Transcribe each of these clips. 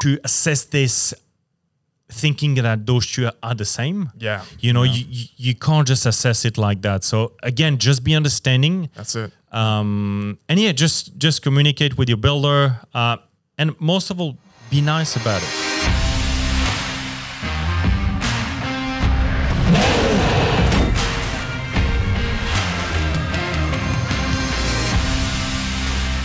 to assess this thinking that those two are the same. Yeah. You know, you You, you can't just assess it like that. So again, just be understanding. That's it. Um, and yeah, just just communicate with your builder. Uh, and most of all, be nice about it.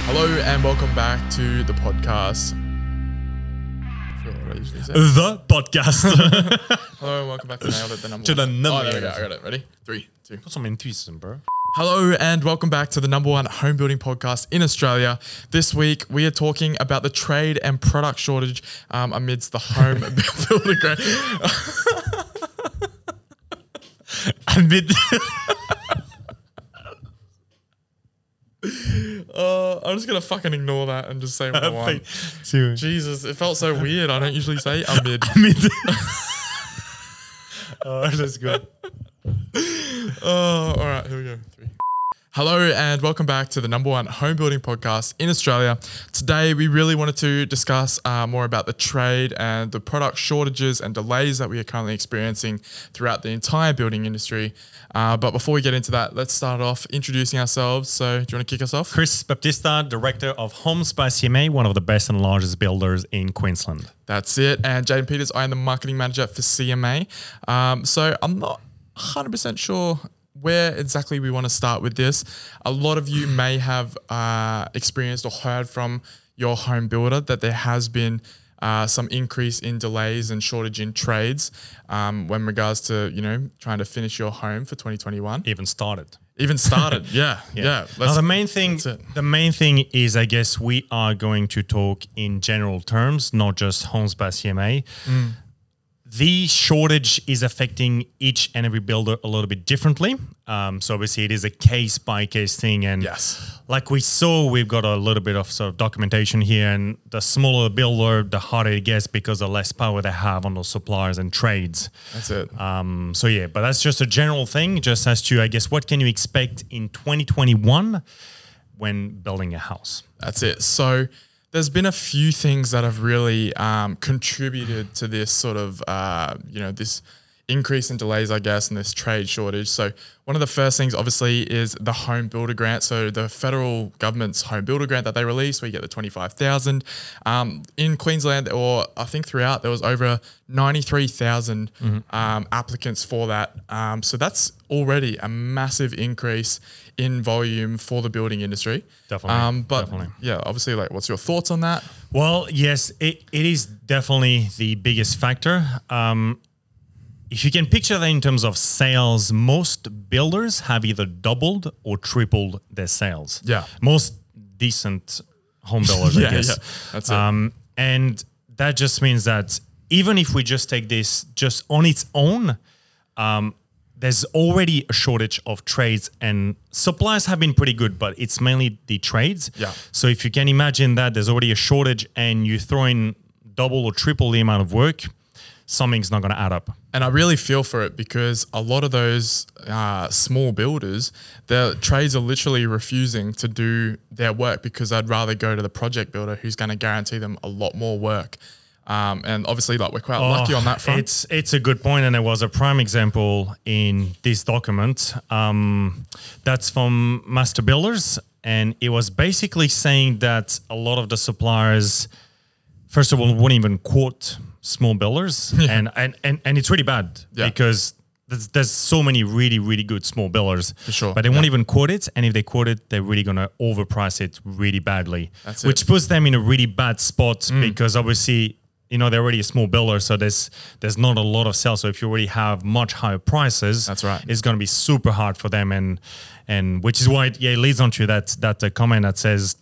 Hello and welcome back to the podcast. Uh, I forgot what I usually say. The podcast. Hello and welcome back to Nailed It. The number To the one- number Oh, there we go. one. I got it. Ready? Three, two. Put some enthusiasm, bro. Hello and welcome back to the number one home building podcast in Australia. This week we are talking about the trade and product shortage um, amidst the home builder. gra- Amid Uh, I'm just gonna fucking ignore that and just say what I want. Seriously. Jesus, it felt so weird. I don't usually say amid. Amid. oh, let's go. Oh, all right, here we go. Three. Hello and welcome back to the number one home building podcast in Australia. Today we really wanted to discuss uh, more about the trade and the product shortages and delays that we are currently experiencing throughout the entire building industry. Uh, but before we get into that, let's start off introducing ourselves. So, do you want to kick us off? Chris Baptista, director of Homes by CMA, one of the best and largest builders in Queensland. That's it. And Jaden Peters, I am the marketing manager for CMA. Um, so I'm not 100% sure where exactly we want to start with this. A lot of you may have uh, experienced or heard from your home builder that there has been. Uh, some increase in delays and shortage in trades um, when regards to you know trying to finish your home for 2021 Even started. even started yeah yeah, Now let's- the main thing, that's it. the main thing is, I guess we are going to talk in general terms, not just homes by CMA. Mm. The shortage is affecting each and every builder a little bit differently. Um, so obviously, it is a case by case thing, and Yes. like we saw, we've got a little bit of sort of documentation here. And the smaller the builder, the harder it gets because the less power they have on those suppliers and trades. that's it Um, so yeah, but that's just a general thing, just as to I guess what can you expect in 2021 when building a house. That's it. So there's been a few things that have really um, contributed to this sort of, uh, you know, this increase in delays, I guess, and this trade shortage. So one of the first things, obviously, is the home builder grant. So the federal government's home builder grant that they released, where you get the twenty-five thousand. Um, in Queensland, or I think throughout, there was over ninety-three Mm-hmm. um, applicants for that. Um, so that's already a massive increase in volume for the building industry. Definitely, Um, but definitely. yeah, obviously, like, what's your thoughts on that? Well, yes, it, it is definitely the biggest factor. Um, if you can picture that in terms of sales, most builders have either doubled or tripled their sales. Yeah. Most decent home builders, I Yeah, guess. yeah, that's it. Um, and that just means that even if we just take this just on its own, um, there's already a shortage of trades and supplies have been pretty good, but it's mainly the trades. Yeah. So if you can imagine that there's already a shortage and you throw in double or triple the amount of work, something's not going to add up. And I really feel for it because a lot of those uh, small builders, their trades are literally refusing to do their work because I'd rather go to the project builder who's going to guarantee them a lot more work. Um, and obviously, like, we're quite lucky Oh, on that front. It's it's a good point, and it was a prime example in this document. Um, that's from Master Builders, and it was basically saying that a lot of the suppliers, first of all, wouldn't even quote small builders, and, and and and it's really bad Yeah. because. There's, there's so many really, really good small builders. For sure, But they won't even quote it. And if they quote it, they're really going to overprice it really badly. That's it. Mm. which puts them in a really bad spot because obviously you know they're already a small builder so there's there's not a lot of sales so if you already have much higher prices That's right. it's going to be super hard for them and and which is why it, yeah it leads on to that that uh, comment that says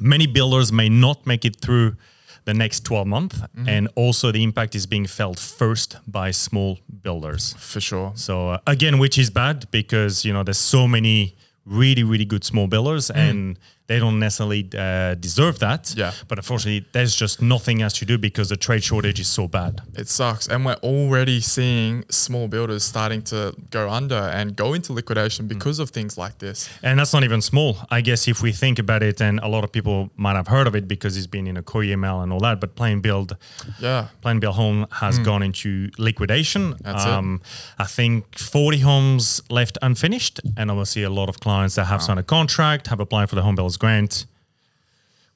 many builders may not make it through the next 12 months Mm-hmm. and also the impact is being felt first by small builders for sure. so uh, again, which is bad because you know there's so many really really good small builders, and they don't necessarily uh, deserve that. Mm. Yeah. But unfortunately, there's just nothing else to do because the trade shortage is so bad. It sucks. And we're already seeing small builders starting to go under and go into Hmm. liquidation because of things like this. And that's not even small. I guess if we think about it, and a lot of people might have heard of it because it's been in a core email and all that, but Plain Build, Yeah. Plain Build Home has gone into liquidation. Um, Mm. That's it. I think 40 homes left unfinished, and obviously a lot of clients that have signed a contract have applied for the Home Builders Grant.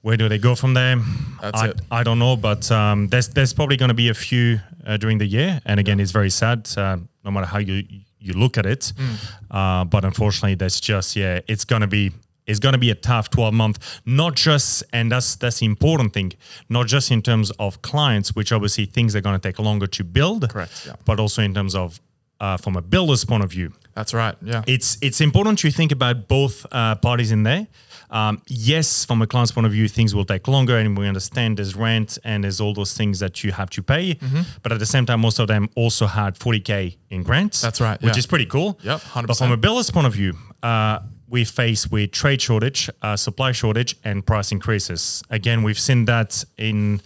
Where do they go from there? That's I, it. I don't know, but um, there's there's probably going to be a few uh, during the year, and again, it's very sad. Uh, no matter how you you look at it, Hmm. uh, but unfortunately, that's just yeah, it's going to be it's going to be a tough 12 month. Not just, and that's that's the important thing. Not just in terms of clients, which obviously things are going to take longer to build, Correct, yeah. But also in terms of uh, from a builder's point of view, That's right. Yeah. it's it's important to think about both uh, parties in there. Um, yes, from a client's point of view, things will take longer, and we understand there's rent and there's all those things that you have to pay. Mm-hmm. But at the same time, most of them also had 40k in grants. That's right, which yeah. is pretty cool. Yep, But 100%. from a builder's point of view, uh, we face with trade shortage, uh, supply shortage, and price increases. Again, we've seen that in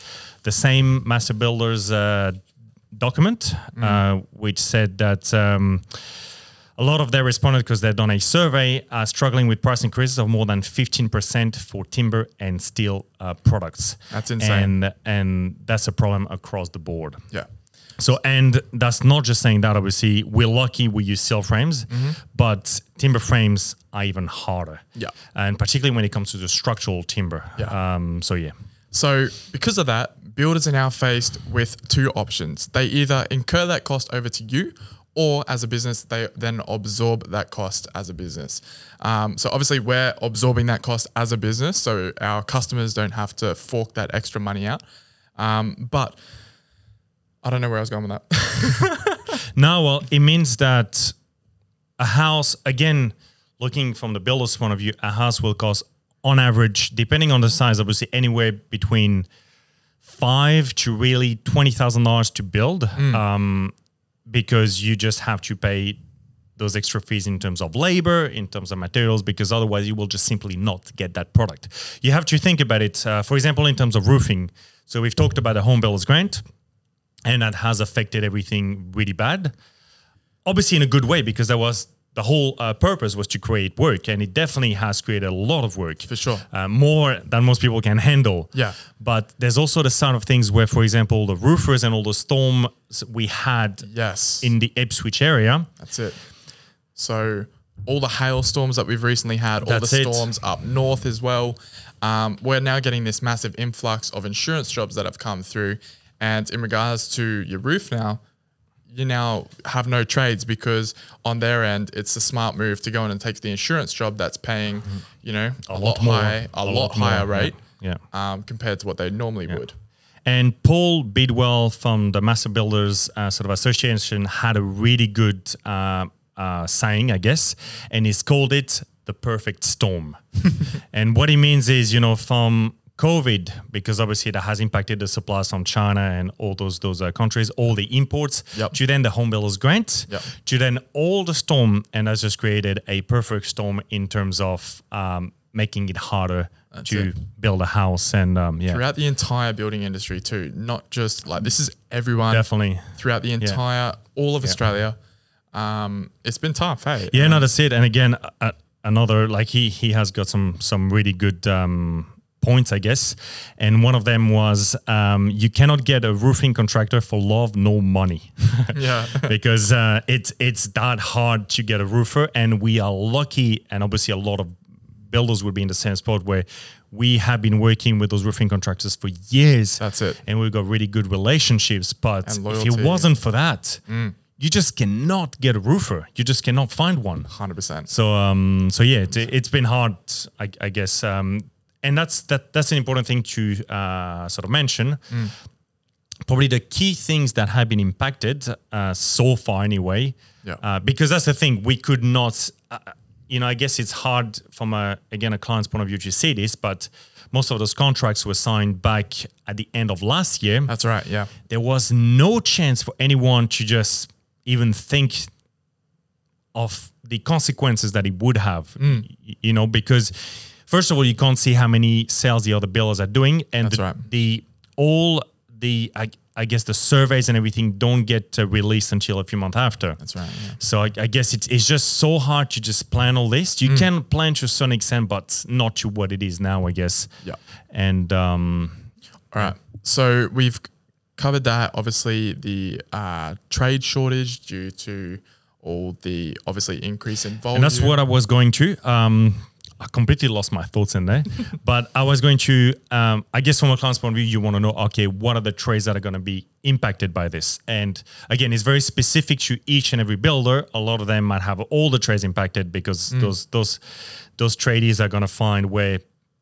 the same master builders uh, document, Mm. uh, which said that. Um, a lot of their respondents, because they've done a survey, are struggling with price increases of more than 15% for timber and steel uh, products. That's insane. And, and that's a problem across the board. yeah. So, and that's not just saying that, obviously, we're lucky we use steel frames, but timber frames are even harder. Mm-hmm. Yeah. And particularly when it comes to the structural timber. Yeah. Um, so, yeah. So, because of that, builders are now faced with two options. They either incur that cost over to you, or as a business, they then absorb that cost as a business. Um, so, obviously, we're absorbing that cost as a business, so our customers don't have to fork that extra money out. Um, but I don't know where I was going with that. No, well, it means that a house, again, looking from the builder's point of view, a house will cost on average, depending on the size, obviously anywhere between five to really twenty thousand dollars to build, Hmm. um, because you just have to pay those extra fees in terms of labor, in terms of materials, because otherwise you will just simply not get that product. You have to think about it. Uh, for example, in terms of roofing, so we've talked about the home builders grant and that has affected everything really bad. Obviously, in a good way because that was the whole uh, purpose was to create work, and it definitely has created a lot of work For sure. uh, more than most people can handle. Yeah. but there's also the side of things where, for example, the roofers and all the storms we had yes. in the Ipswich area. That's it. So all the hailstorms that we've recently had, all That's the it. storms up north as well. Um, we're now getting this massive influx of insurance jobs that have come through. And in regards to your roof now, you now have no trades because on their end, it's a smart move to go in and take the insurance job that's paying, you know, a, lot, more. high, a, Mm-hmm. A lot, lot more, higher yeah. rate Yeah. Um, compared to what they normally would. And Paul Bidwell from the Master Builders uh, sort of association had a really good uh, uh, saying, I guess, and he's called it the perfect storm. and what he means is, you know, from COVID, because obviously that has impacted the supplies from China and all those those uh, countries, all the imports, Yep. to then the home builders grant, Yep. to then all the storm, and that's just created a perfect storm in terms of um, making it harder to build a house and um, yeah, Throughout the entire building industry too, not just like this is everyone definitely. throughout the entire all of Australia. Um, it's been tough, hey. Yeah, no, that's it. And again, uh, another like he he has got some some really good um, points, I guess. And one of them was um, you cannot get a roofing contractor for love nor money. Yeah. because uh, it's it's that hard to get a roofer, and we are lucky, and obviously a lot of builders would be in the same spot where we have been working with those roofing contractors for years. That's it. and we've got really good relationships. But And if loyalty. Mm. it wasn't for that, you just cannot get a roofer. You just cannot find one. Hundred percent. So um, so yeah, it, it's been hard, I, I guess. Um, and that's that that's an important thing to uh, sort of mention. Probably the key things that have been impacted uh, so far, anyway. Yeah. Uh, because that's the thing we could not. Uh, you know, I guess it's hard from a again a client's point of view to see this, but most of those contracts were signed back at the end of last year That's right. Yeah. there was no chance for anyone to just even think Hmm. of the consequences that it would have, y- you know, because first of all, you can't see how many sales the other billers are doing, and That's the, right. the all the I, I guess the surveys and everything don't get uh, released until a few months after. That's right. yeah. So I, I guess it's, it's just so hard to just plan all this. Hmm. You can plan to a certain extent, but not to what it is now, I guess. Yeah. And um, All right. So we've c- covered that. Obviously, the uh, trade shortage due to all the obviously increase in volume. and that's what I was going to. Um, I completely lost my thoughts in there, but I was going to. Um, I guess from a client's point of view, you want to know, okay, what are the trades that are going to be impacted by this? And again, it's very specific to each and every builder. A lot of them might have all the trades impacted because those those those tradies are going to find where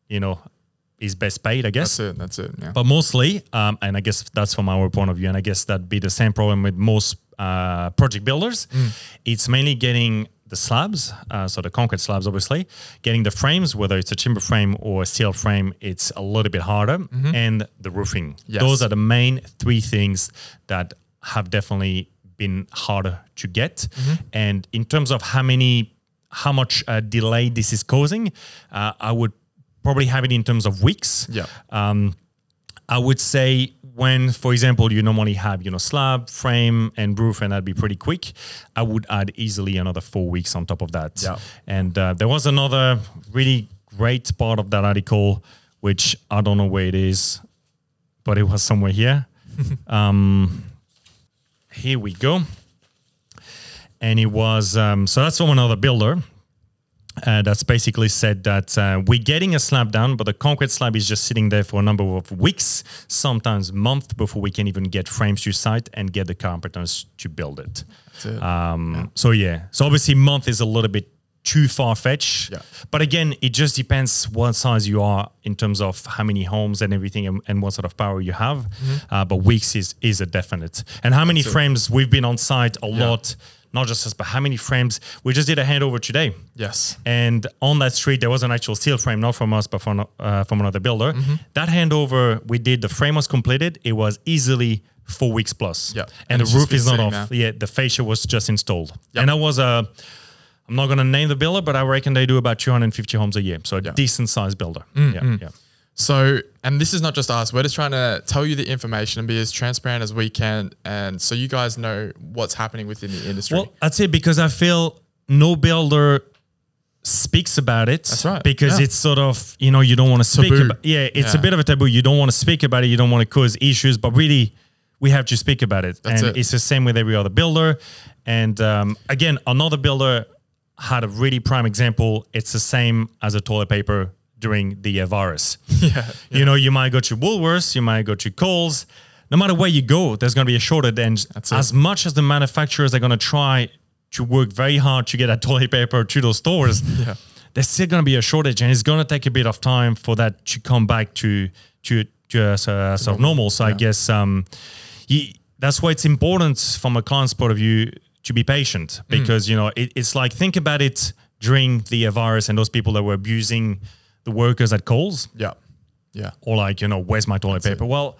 you know is best paid. I guess. That's it. That's it. Yeah. but mostly, um, and I guess that's from our point of view, and I guess that'd be the same problem with most uh, project builders. Mm. It's mainly getting the slabs, uh, so the concrete slabs, obviously, getting the frames, whether it's a timber frame or a steel frame, it's a little bit harder, and the roofing. Mm-hmm. Yes. Those are the main three things that have definitely been harder to get. Mm-hmm. And in terms of how many, how much uh, delay this is causing, uh, I would probably have it in terms of weeks. yeah. I would say when, for example, you normally have you know slab, frame, and roof, and that'd be pretty quick. I would add easily another four weeks on top of that. Yeah. And uh, there was another really great part of that article, which I don't know where it is, but it was somewhere here. um, here we go. And it was um, so that's from another builder uh, that's basically said that uh, we're getting a slab down, but the concrete slab is just sitting there for a number of weeks, sometimes months, before we can even get frames to site and get the carpenters to build it. That's it. Um, So yeah, so obviously month is a little bit too far fetched, Yeah. but again, it just depends what size you are in terms of how many homes and everything, and, and what sort of power you have. Uh, but weeks is is a definite, and how many frames we've been on site a lot. Not just us, but how many frames? We just did a handover today. yes. And on that street, there was an actual steel frame, not from us, but from, uh, from another builder. That handover we did, the frame was completed. It was easily four weeks plus. Yeah. And, And it's the just roof been is not sitting off. there. Yeah. The fascia was just installed. And that was a, I'm not going to name the builder, but I reckon they do about 250 homes a year. So a decent sized builder. Yeah. Yeah. So, and this is not just us. We're just trying to tell you the information and be as transparent as we can, and so you guys know what's happening within the industry. Well, that's it because I feel no builder speaks about it. That's right, Because yeah. it's sort of, you know, you don't want to speak Taboo. about Yeah, it's Yeah. a bit of a taboo. You don't want to speak about it. You don't want to cause issues, but really, we have to speak about it. That's and it. it's the same with every other builder. And um, again, another builder had a really prime example. It's the same as a toilet paper during the uh, virus. yeah. You know, you might go to Woolworths, you might go to Coles. No matter where you go, there's going to be a shortage. And it. as much as the manufacturers are going to try to work very hard to get that toilet paper to those stores, there's still going to be a shortage, and it's going to take a bit of time for that to come back to to to uh, so- uh, sort of normal. So I guess um, you, that's why it's important from a client's point of view to be patient because you know it, it's like think about it during the uh, virus and those people that were abusing the workers at Coles Yeah. Yeah. or like you know where's my toilet paper well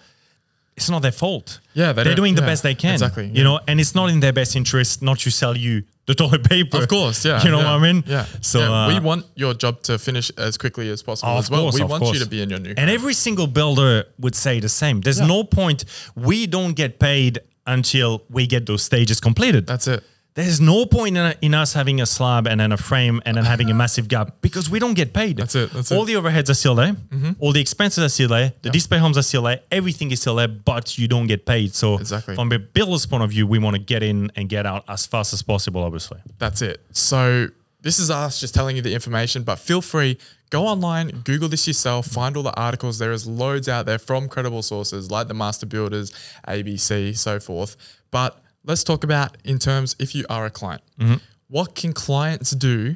it's not their fault Yeah, they they are don't- doing the yeah, best they can exactly, yeah. you know and it's not in their best interest not to sell you the toilet paper Of course, yeah. you know yeah, what i mean Yeah. so Yeah, we uh, want your job to finish as quickly as possible Of as well. course, we of want course. you to be in your new. and every single builder would say the same there's no point we don't get paid until we get those stages completed That's it. there's no point in, in us having a slab and then a frame and then having a massive gap because we don't get paid. That's it, that's all it. Mm-hmm. the overheads are still there. All the expenses are still there. The display homes are still there. Everything is still there, but you don't get paid. So Exactly. from a builder's point of view, we want to get in and get out as fast as possible, obviously. That's it. So this is us just telling you the information, but feel free, go online, Google this yourself, find all the articles. There is loads out there from credible sources like the Master Builders, ABC, so forth. But let's talk about in terms if you are a client, Mm-hmm. what can clients do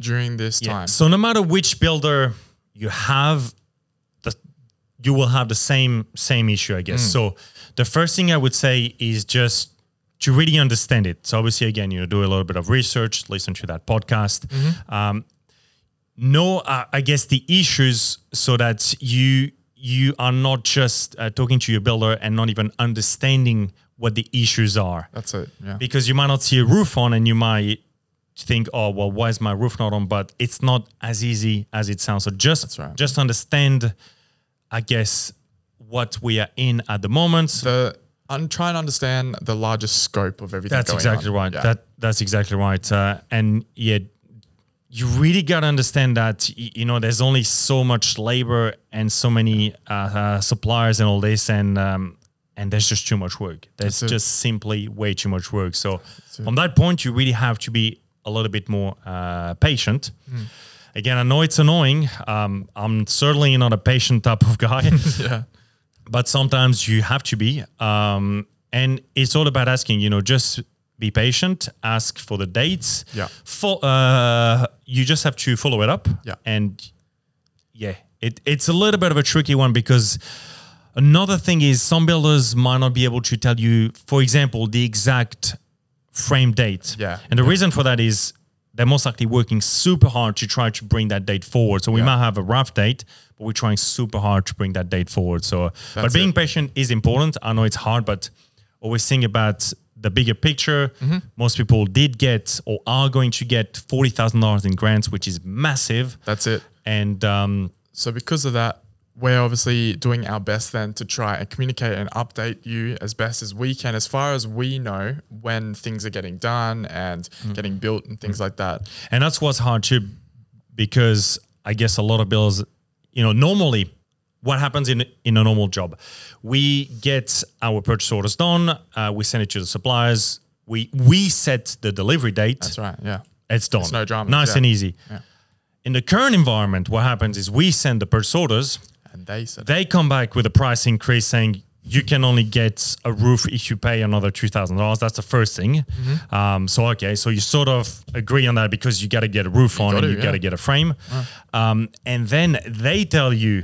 during this time? So no matter which builder you have, the, you will have the same same issue, I guess. So the first thing I would say is just to really understand it. So obviously, again, you know, do a little bit of research, listen to that podcast, um, know uh, I guess the issues, so that you you are not just uh, talking to your builder and not even understanding what the issues are That's it. Yeah. because you might not see a roof on and you might think, oh well, why is my roof not on? But it's not as easy as it sounds. So just right. just understand, I guess, what we are in at the moment. The I'm trying to understand the larger scope of everything. That's going exactly on. right. Yeah. That that's exactly right. Uh, and yeah, you really gotta understand that y- you know there's only so much labor and so many uh, uh, suppliers and all this, and um, and there's just too much work. There's That's it. just simply way too much work. So from that point, you really have to be a little bit more uh, patient. Hmm. Again, I know it's annoying. Um, I'm certainly not a patient type of guy yeah. but sometimes you have to be. Um, and it's all about asking, you know, just be patient, ask for the dates. Yeah. For, uh, you just have to follow it up. Yeah. And yeah, it, it's a little bit of a tricky one because another thing is some builders might not be able to tell you, for example, the exact frame date. Yeah. And the reason for that is they're most likely working super hard to try to bring that date forward. So we might have a rough date, but we're trying super hard to bring that date forward. So, uh, but That's being patient is important. I know it's hard, but always think about the bigger picture. Mm-hmm. Most people did get or are going to get forty thousand dollars in grants, which is massive. That's it. And um, So because of that, we're obviously doing our best then to try and communicate and update you as best as we can, as far as we know when things are getting done and Hmm. getting built and things like that. And that's what's hard too, because I guess a lot of bills, you know, normally what happens in in a normal job, we get our purchase orders done, uh, we send it to the suppliers, we we set the delivery date, That's right. Yeah. it's done, no drama, nice yeah. and easy. In the current environment, what happens is we send the purchase orders, And they said they come back with a price increase saying you can only get a roof if you pay another two thousand dollars. That's the first thing. Mm-hmm. Um, so okay, so you sort of agree on that because you got to get a roof on and gotta, you got yeah. to get a frame, um, and then they tell you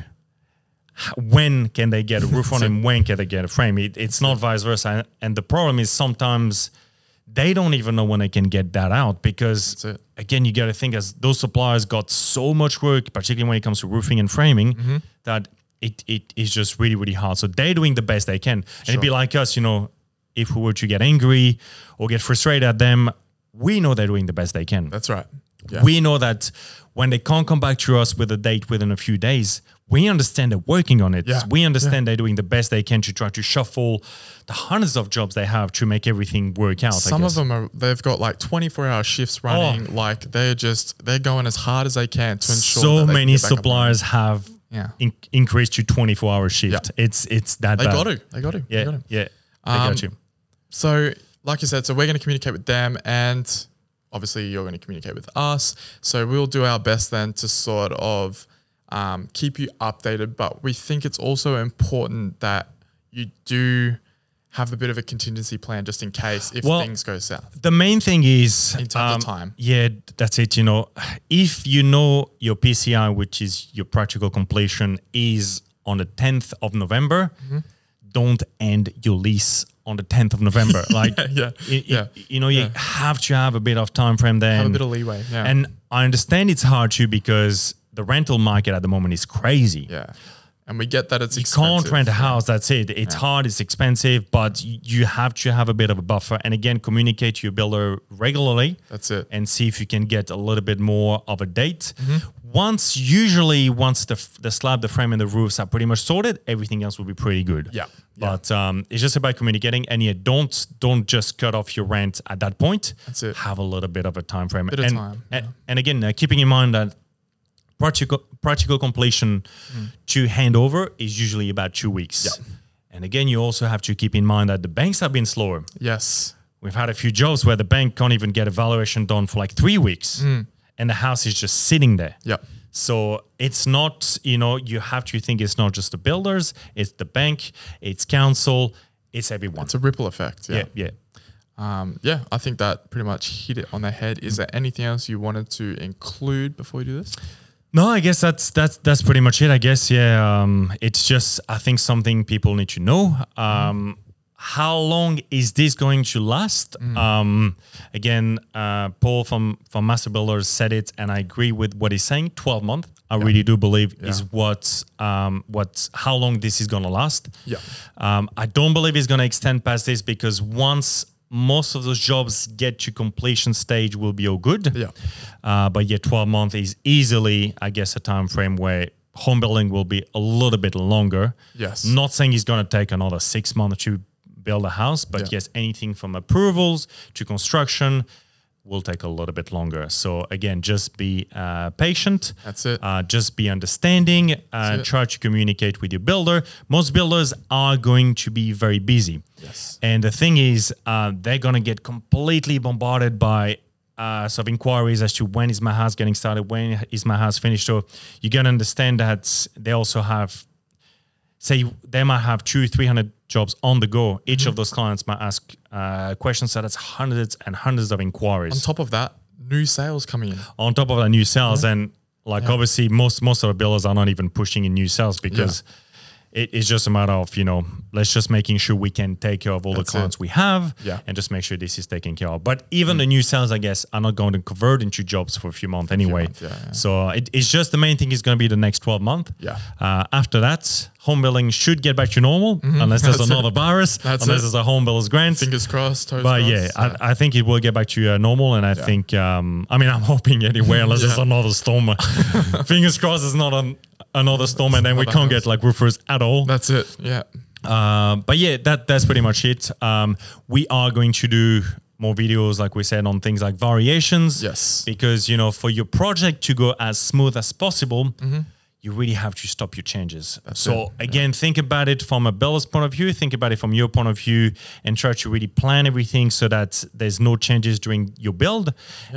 h- when can they get a roof on and when can they get a frame. It, it's not vice versa, And- and the problem is sometimes they don't even know when they can get that out because That's it. again you got to think as those suppliers got so much work particularly when it comes to roofing and framing Mm-hmm. that it, it is just really really hard so they're doing the best they can and it'd be like us you know if we were to get angry or get frustrated at them we know they're doing the best they can that's right. Yeah. we know that when they can't come back to us with a date within a few days, we understand they're working on it. Yeah, We understand they're doing the best they can to try to shuffle the hundreds of jobs they have to make everything work out. Some I of guess. Oh. them are they've got like 24 hour shifts running. Like they're just they're going as hard as they can to ensure that so they can many get back up. suppliers have Yeah. in- increased to 24 hour shift. It's it's that They bad. got to. They got to. They Yeah, got to. yeah. They Um, got you. So, like I said, so we're going to communicate with them, and obviously, you're going to communicate with us. So, we'll do our best then to sort of um, keep you updated. But we think it's also important that you do have a bit of a contingency plan just in case if Well- things go south. The main thing is um, In terms of time. Yeah, that's it. You know, if you know your PCI, which is your practical completion, is on the 10th of November, Mm-hmm. don't end your lease on the 10th of November. Like, yeah, You, you- yeah. you know, you have to have a bit of time frame there. Have a and- bit of leeway. Yeah. And I understand it's hard too because the rental market at the moment is crazy yeah. And we get that it's can't expensive. rent a house. That's it. It's hard. It's expensive, but y- you have to have a bit of a buffer. And again, communicate to your builder regularly. That's it. And see if you can get a little bit more of a date. Once, usually, once the f- the slab, the frame, and the roofs are pretty much sorted, everything else will be pretty good. Yeah. But um, it's just about communicating, and yeah, don't don't just cut off your rent at that point. That's it. Have a little bit of a time frame. of and, time, a- and again, uh, keeping in mind that practical practical completion to handover is usually about two weeks. And again, you also have to keep in mind that the banks have been slower. Yes. We've had a few jobs where the bank can't even get a valuation done for like three weeks, and the house is just sitting there. Yep. So it's not, you know, you have to think it's not just the builders, it's the bank, it's council, it's everyone. It's a ripple effect. yeah, yeah. Um, yeah, I think that pretty much hit it on the head. Is there anything else you wanted to include before we do this? No, I guess that's that's that's pretty much it. I guess yeah. Um, it's just I think something people need to know. Um, how long is this going to last? Mm. Um, again, uh, Paul from from Master Builders said it, and I agree with what he's saying. Twelve month, I really do believe is what um, what how long this is going to last. Yeah. Um, I don't believe it's going to extend past this because once most of those jobs get to completion stage will be all good. Yeah. Uh, but yeah, 12 months is easily, I guess, a time frame where home building will be a little bit longer. Yes. Not saying it's going to take another six months to build a house, but Yeah. yes, anything from approvals to construction will take a little bit longer. So again, just be uh, patient. That's it. Uh, just be understanding and it. try to communicate with your builder. Most builders are going to be very busy. Yes. And the thing is, uh, they're going to get completely bombarded by uh, sort of inquiries as to when is my house getting started, when is my house finished. So you got to understand that they also have, say, they might have two, 300 jobs on the go. Each of those clients might ask uh, questions. So that's hundreds and hundreds of inquiries On top of that, new sales coming in. on top of the new sales and like obviously most most of the builders are not even pushing in new sales because it is just a matter of you know let's just making sure we can take care of all That's the it. clients we have Yeah. Mm. and just make sure this is taken care of but even the new sales i guess are not going to convert into jobs for a few months anyway months, yeah, yeah. so it, it's just the main thing is going to be the next 12 month Yeah. uh, after that home building should get back to normal unless there's Mm-hmm. That's it. another virus That's unless it. there's a home builders grant Fingers crossed. Toes but crossed. yeah, I, I think it will get back to uh, normal, and I think um, I mean I'm hoping anyway, unless there's Yeah. another storm. Fingers crossed, it's not an, another storm, and then we Another can't house. get like roofers at all. that's it. Yeah. Um, but yeah, that that's pretty much it. Um, we are going to do more videos, like we said, on things like variations. Yes. because you know for your project to go as smooth as possible. You really have to stop your changes. so again, think about it from a builder's point of view. Think about it from your point of view, and try to really plan everything so that there's no changes during your build.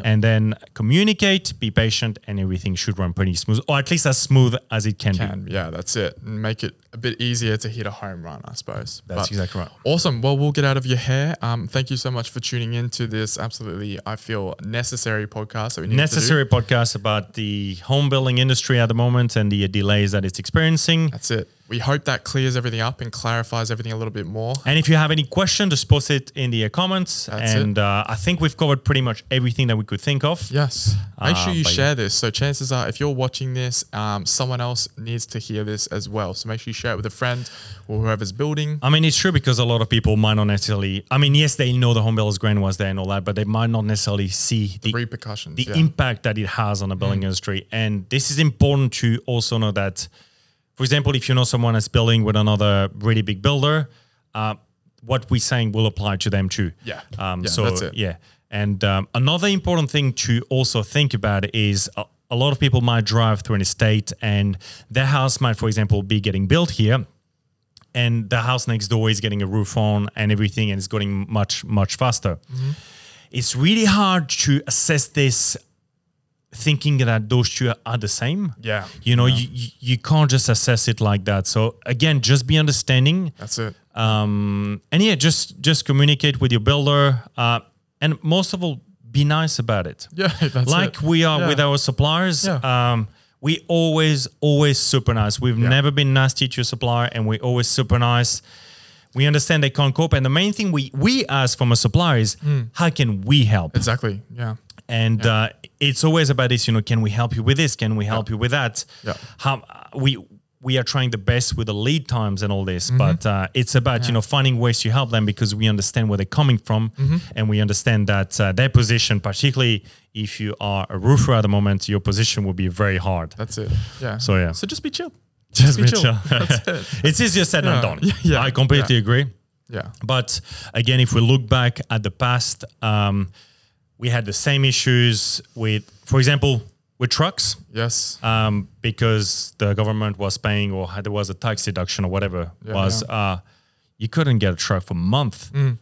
And then communicate, be patient, and everything should run pretty smooth, or at least as smooth as it can, be. And yeah, that's it. And Make it a bit easier to hit a home run, I suppose. That's exactly right. Awesome. Well, we'll get out of your hair. Um, thank you so much for tuning in to this absolutely, I feel, necessary podcast that we need necessary podcast about the home building industry at the moment and the delays that it's experiencing. That's it. We hope that clears everything up and clarifies everything a little bit more. And if you have any question, just post it in the uh, comments. That's it. and uh, I think we've covered pretty much everything that we could think of. Yes. Make Uh, sure you but yeah. share this. So chances are, if you're watching this, um, someone else needs to hear this as well. So make sure you share it with a friend or whoever's building. I mean, it's true because a lot of people might not necessarily. I mean, yes, they know the home builders grant was there and all that, but they might not necessarily see the Repercussions. the yeah. Mm. impact that it has on the building industry. And this is important to also know that, for example, if you know someone that's building with another really big builder, uh, what we're saying will apply to them too. Yeah. Um, Yeah, so that's it. yeah. And um, another important thing to also think about is a, a lot of people might drive through an estate and their house might, for example, be getting built here and the house next door is getting a roof on and everything and it's going much much faster Mm-hmm. it's really hard to assess this thinking that those two are the same Yeah. you know you, you you can't just assess it like that so again just be understanding That's it. um and yeah just just communicate with your builder uh and most of all be nice about it Yeah. That's like it. we are Yeah. with our suppliers. Yeah. Um, we always, always super nice. We've never been nasty to a supplier, and we always super nice. We understand they can't cope, and the main thing we we ask from a supplier is Hmm. how can we help? Exactly. Yeah. and uh, it's always about this. You know, can we help you with this? Can we help you with that? Yeah. How uh, we we are trying the best with the lead times and all Mm-hmm. this, but uh, it's about you know finding ways to help them because we understand where they're coming from, Mm-hmm. and we understand that uh, their position, particularly if you are a roofer at the moment, your position will be very hard. That's it. Yeah. So, yeah. So just be chill. Just be chill. it's easier said than Yeah. done. Yeah, yeah, I completely agree. Yeah. But again, if we look back at the past, um, we had the same issues with, for example, with trucks Yes. um, because the government was paying or had, there was a tax deduction or whatever was Uh, you couldn't get a truck for a month. Um,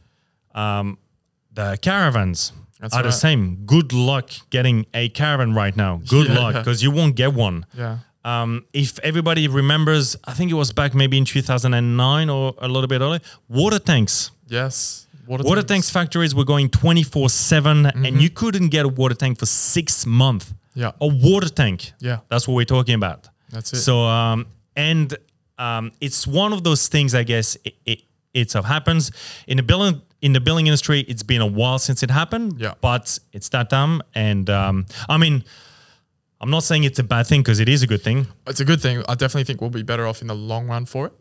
the caravans Mm. That's are the right. same. Good luck getting a caravan right now. Good luck, 'cause luck because you won't get one. Yeah. Um, if everybody remembers, I think it was back maybe in 2009 or a little bit earlier, water tanks. Yes. Water tanks factories were going 24 7, and you couldn't get a water tank for six months. Mhm. Yeah. A water tank. Yeah. That's what we're talking about. That's it. So, um, and um, it's one of those things, I guess, it, it, it sort of happens. In the building, in the building industry, it's been a while since it happened, Yeah. but it's that time. And um, I mean, I'm not saying it's a bad thing because it is a good thing. It's a good thing. I definitely think we'll be better off in the long run for it.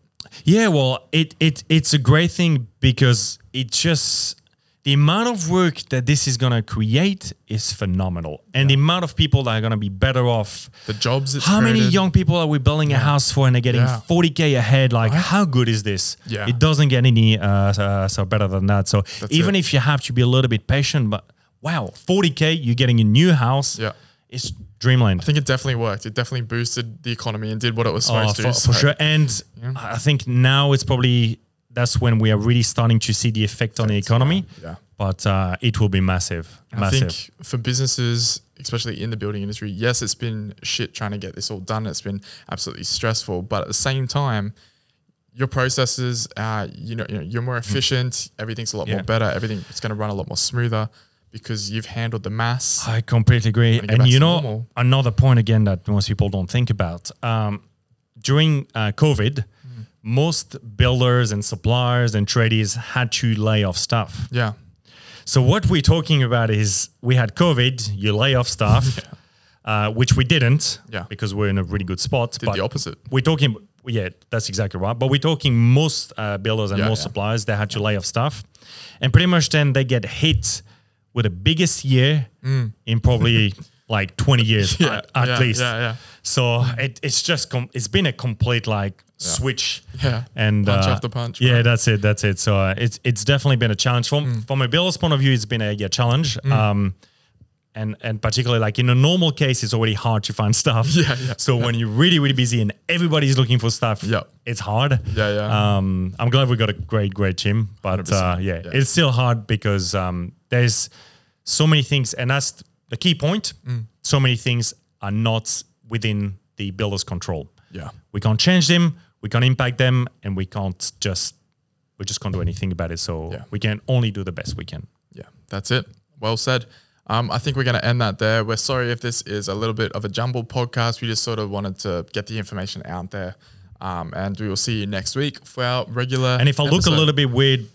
Yeah, well, it it it's a great thing because it just the amount of work that this is going to create is phenomenal. And the amount of people that are going to be better off. The jobs it's How many created. young people are we building a house for and they're getting Yeah. 40K ahead? Like, how good is this? Yeah. It doesn't get any uh, so, so better than that. So even it. if you have to be a little bit patient, but wow, 40K, you're getting a new house. Yeah. It's dreamland. I think it definitely worked. It definitely boosted the economy and did what it was Oh, supposed for, to. for so- sure. And I think now it's probably that's when we are really starting to see the effect on the economy. yeah. But uh, it will be massive, I massive. think for businesses, especially in the building industry, yes, it's been shit trying to get this all done. It's been absolutely stressful, but at the same time, your processes, uh, you know, you know, you're more efficient. Everything's a lot Mm. Yeah. more better. Everything it's going to run a lot more smoother because you've handled the mass. I completely agree. go And back you to know, normal. another point again that most people don't think about um, during uh, COVID, Hmm. most builders and suppliers and tradies had to lay off staff. Yeah, So what we're talking about is we had COVID, you lay off staff, uh, which we didn't, Yeah. because we're in a really good spot. did the opposite. we're talking yeah that's exactly right but we're talking most uh, builders and Yeah, most yeah. suppliers they had to lay off staff and pretty much then they get hit with the biggest year in probably like 20 years at, at Mm. yeah, least yeah, yeah. so it, it's just com- it's been a complete like switch Yeah. and Punch uh, after punch, yeah bro. that's it that's it so uh, it's it's definitely been a challenge from Mm. from a builder's point of view it's been a yeah, challenge um and and particularly like in a normal case it's already hard to find stuff Yeah, yeah. so when you're really really busy and everybody's looking for stuff Yeah. it's hard Yeah, yeah. um i'm glad we got a great great team but uh, yeah, it's still hard because um there's so many things and that's the key point Mm. so many things are not within the builder's control Yeah. we can't change them we can't impact them and we can't just we just can't do anything about it so Yeah. we can only do the best we can Yeah, that's it. Well said. Um, I think we're going to end that there. We're sorry if this is a little bit of a jumbled podcast. We just sort of wanted to get the information out there. Um, and we will see you next week for our regular. And if I look a episode. little bit weird,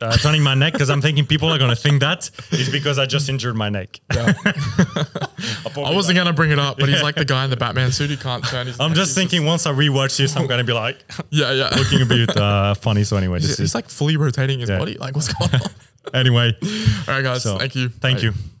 uh, turning my neck because I'm thinking people are going to think that is because I just injured my neck. I wasn't going to bring it up, but he's like the guy in the Batman suit who can't turn his. I'm neck. just He's thinking once I rewatch this, I'm going to be like Yeah, yeah. looking a bit uh, funny. So anyway, this he's is like fully rotating his Yeah. body. Like, what's going on? anyway. All right, guys. So thank you. Thank Bye. you.